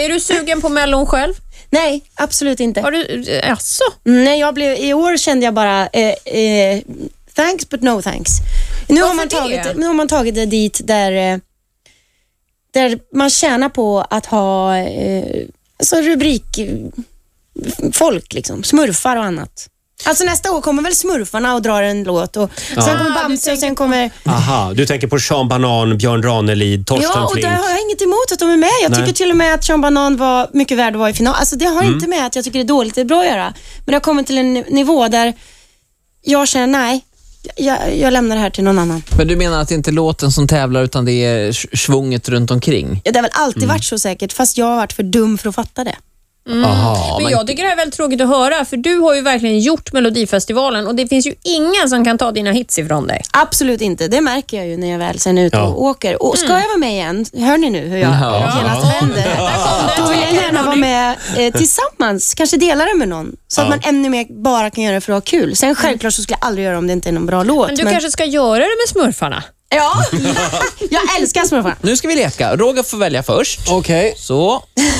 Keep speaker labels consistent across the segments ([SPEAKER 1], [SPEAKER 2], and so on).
[SPEAKER 1] Är du sugen på Mellon själv?
[SPEAKER 2] Nej, absolut inte.
[SPEAKER 1] Har du, alltså,
[SPEAKER 2] Nej, jag blev, I år kände jag bara eh, eh, thanks but no thanks. Nu har,
[SPEAKER 1] Varför
[SPEAKER 2] man
[SPEAKER 1] det?
[SPEAKER 2] tagit, nu har man tagit det dit där, eh, där man tjänar på att ha eh, alltså rubrik eh, folk, liksom, smurfar och annat. Alltså nästa år kommer väl smurfarna och drar en låt och sen kommer
[SPEAKER 1] Ah, du
[SPEAKER 2] Bamse och sen kommer...
[SPEAKER 3] Aha, du tänker på Sean Banan, Björn Ranelid, Torsten
[SPEAKER 2] Ja, och
[SPEAKER 3] Flink.
[SPEAKER 2] där har jag inget emot att de är med. Jag
[SPEAKER 3] Nej.
[SPEAKER 2] tycker till och med att Sean Banan var mycket värd att vara i final. Alltså det har inte med att jag tycker det är dåligt eller bra att göra. Men det har kommit till en niv- nivå där jag känner, nej, jag, jag lämnar det här till någon annan.
[SPEAKER 4] Men du menar att det inte är låten som tävlar utan det är sv- svunget runt omkring?
[SPEAKER 2] Ja, det har väl alltid varit så säkert, fast jag har varit för dum för att fatta det.
[SPEAKER 4] Aha,
[SPEAKER 1] Mm. men
[SPEAKER 4] men-
[SPEAKER 1] jag tycker det här är väldigt tråkigt att höra för du har ju verkligen gjort Melodifestivalen och det finns ju ingen som kan ta dina hits ifrån dig.
[SPEAKER 2] Absolut inte. Det märker jag ju när jag väl sen är ute
[SPEAKER 3] Ja.
[SPEAKER 2] och åker. Och ska jag vara med igen, hör ni nu hur jag
[SPEAKER 4] Ja.
[SPEAKER 2] genast vänder? Då vill jag gärna vara med eh, tillsammans, kanske dela det med någon. Så att man ännu mer bara kan göra det för att ha kul. Sen självklart så skulle jag aldrig göra det om det inte är någon bra låt.
[SPEAKER 1] Men du kanske ska göra det med smurfarna?
[SPEAKER 2] Ja, jag älskar smurfarna.
[SPEAKER 4] Nu ska vi leka. Roger får välja först.
[SPEAKER 5] Okej.
[SPEAKER 4] Så,
[SPEAKER 2] Nu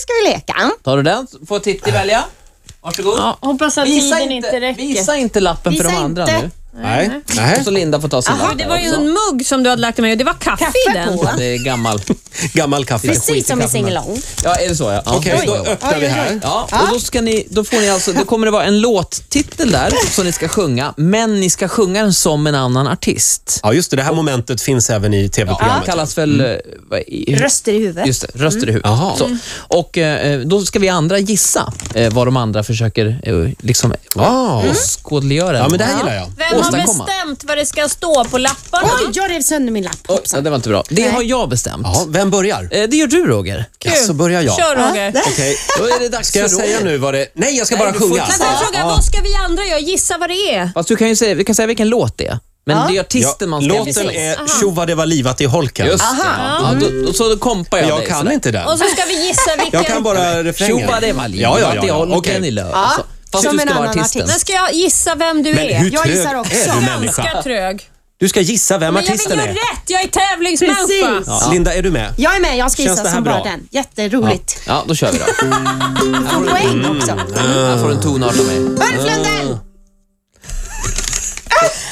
[SPEAKER 2] ska vi leka.
[SPEAKER 4] tar du den. Får Titti välja. Varsågod.
[SPEAKER 1] hoppas att
[SPEAKER 4] Visa inte, visa inte lappen
[SPEAKER 2] Visa
[SPEAKER 4] för de andra
[SPEAKER 2] inte.
[SPEAKER 4] nu.
[SPEAKER 5] Nej. Nej.
[SPEAKER 3] Äh?
[SPEAKER 4] Och så Linda får ta sin lapp
[SPEAKER 1] Det
[SPEAKER 4] där
[SPEAKER 1] var ju
[SPEAKER 4] också.
[SPEAKER 1] en mugg som du hade lagt till mig och det var kaffe, i
[SPEAKER 2] Kaffe
[SPEAKER 1] den.
[SPEAKER 2] på.
[SPEAKER 4] Det är gammal.
[SPEAKER 3] Gammal kaffe.
[SPEAKER 2] Precis som i singalong.
[SPEAKER 4] Ja, är det så? Ja. Ja.
[SPEAKER 5] Okej, då öppnar vi här.
[SPEAKER 4] Ja, och då, ska ni, då, får ni alltså, då kommer det vara en låttitel där som ni ska sjunga, men ni ska sjunga den som en annan artist.
[SPEAKER 3] Ja, just det. Det här momentet finns även i
[SPEAKER 4] Det
[SPEAKER 3] tv-programmet.
[SPEAKER 4] kallas väl... eh, vad i-
[SPEAKER 2] Röster i huvudet.
[SPEAKER 4] Just det, röster i huvudet.
[SPEAKER 3] Mm. Jaha.
[SPEAKER 4] Så. Och eh, då ska vi andra gissa eh, vad de andra försöker eh, liksom
[SPEAKER 3] Ah.
[SPEAKER 4] åskådliggöra.
[SPEAKER 3] Ja, men det här gillar jag.
[SPEAKER 1] Vem har
[SPEAKER 4] Åstadkomma.
[SPEAKER 1] bestämt vad det ska stå på lapparna?
[SPEAKER 2] Oj, jag rev sönder min lapp.
[SPEAKER 4] Oj, ja, det var inte bra. Det
[SPEAKER 2] Nej.
[SPEAKER 4] har jag bestämt.
[SPEAKER 3] Ja, vem börjar?
[SPEAKER 4] Eh, det gör du Roger.
[SPEAKER 3] Ja, så börjar jag.
[SPEAKER 1] Kör Roger.
[SPEAKER 2] där.
[SPEAKER 3] Okej.
[SPEAKER 4] Då är det dags
[SPEAKER 3] Ska jag
[SPEAKER 4] för Roger.
[SPEAKER 3] säga nu vad det... Nej, jag ska
[SPEAKER 4] Nej,
[SPEAKER 3] bara
[SPEAKER 4] du får
[SPEAKER 3] sjunga.
[SPEAKER 4] inte
[SPEAKER 1] Får jag fråga, vad ska vi andra göra? Gissa vad det är?
[SPEAKER 4] Fast du kan ju säga, vi kan säga vilken låt det är. Men det är
[SPEAKER 3] Ja,
[SPEAKER 4] artisten man ska...
[SPEAKER 3] låten är Tjova det var livat i holken.
[SPEAKER 4] Just det. Ja, då, då, så då kompar jag,
[SPEAKER 3] Jag
[SPEAKER 4] dig.
[SPEAKER 3] kan inte den.
[SPEAKER 1] Och så ska vi gissa vilken...
[SPEAKER 3] Jag kan bara refrängen.
[SPEAKER 4] Tjoba det var
[SPEAKER 3] Ja, ja, ja.
[SPEAKER 4] Det
[SPEAKER 3] ja.
[SPEAKER 4] håller
[SPEAKER 3] Okej.
[SPEAKER 4] Kenny Lööf. Alltså. Fast
[SPEAKER 2] Som
[SPEAKER 4] du
[SPEAKER 2] en
[SPEAKER 4] ska vara
[SPEAKER 2] annan
[SPEAKER 4] artisten.
[SPEAKER 1] Men ska jag gissa vem du
[SPEAKER 3] Men
[SPEAKER 1] är?
[SPEAKER 3] hur
[SPEAKER 2] Jag
[SPEAKER 3] trög
[SPEAKER 2] gissar också.
[SPEAKER 3] är du
[SPEAKER 1] Ganska
[SPEAKER 3] människa?
[SPEAKER 1] trög.
[SPEAKER 3] Du ska gissa vem
[SPEAKER 1] Men jag vill
[SPEAKER 3] artisten
[SPEAKER 1] göra
[SPEAKER 3] är.
[SPEAKER 1] rätt, jag är tävlingsmänniska.
[SPEAKER 2] Precis.
[SPEAKER 3] Ja. Linda, är du med?
[SPEAKER 2] Jag är med, jag ska
[SPEAKER 3] Känns
[SPEAKER 2] gissa
[SPEAKER 3] det här
[SPEAKER 2] som
[SPEAKER 3] bra?
[SPEAKER 2] bara den. Jätteroligt.
[SPEAKER 4] Ja, då kör vi då.
[SPEAKER 2] Får poäng
[SPEAKER 3] Mm.
[SPEAKER 2] också.
[SPEAKER 4] Här får du en tonart av mig.
[SPEAKER 2] Ulf Lundell!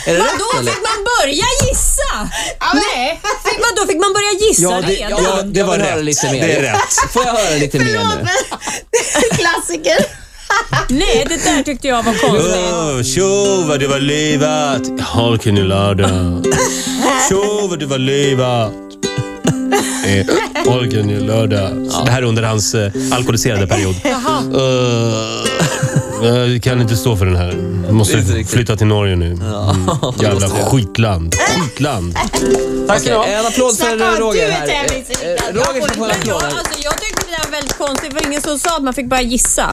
[SPEAKER 4] Är det
[SPEAKER 1] Då
[SPEAKER 4] rätt eller?
[SPEAKER 1] fick man börja gissa! Nej, fick man, då fick man börja gissa redan.
[SPEAKER 4] ja,
[SPEAKER 3] ja, det
[SPEAKER 4] jag
[SPEAKER 3] var
[SPEAKER 4] vill höra
[SPEAKER 3] rätt.
[SPEAKER 4] lite mer.
[SPEAKER 3] Det är rätt.
[SPEAKER 4] Får jag höra lite mer nu?
[SPEAKER 2] Klassiker.
[SPEAKER 1] Nej, det där tyckte jag var konstigt.
[SPEAKER 3] Åh, Tjo vad det var livat i holken i lördag. Tjo vad det var livat i holken i lördag. Det här är under hans eh, alkoholiserade period. Eh, jag kan inte stå för den här. Jag måste
[SPEAKER 4] Inte riktigt.
[SPEAKER 3] flytta till Norge nu. Mm. Jävla skitland. Skitland.
[SPEAKER 4] Tack ska En applåd för
[SPEAKER 2] Snacka om
[SPEAKER 4] eh,
[SPEAKER 2] du
[SPEAKER 4] Roger
[SPEAKER 2] är
[SPEAKER 4] här. Eh,
[SPEAKER 2] tävlingsinriktad.
[SPEAKER 4] eh, Roger ska få en
[SPEAKER 1] Men
[SPEAKER 4] applåd
[SPEAKER 1] jag,
[SPEAKER 4] här.
[SPEAKER 1] alltså, jag tyckte det där var väldigt konstigt, det var ingen som sa att man fick bara gissa.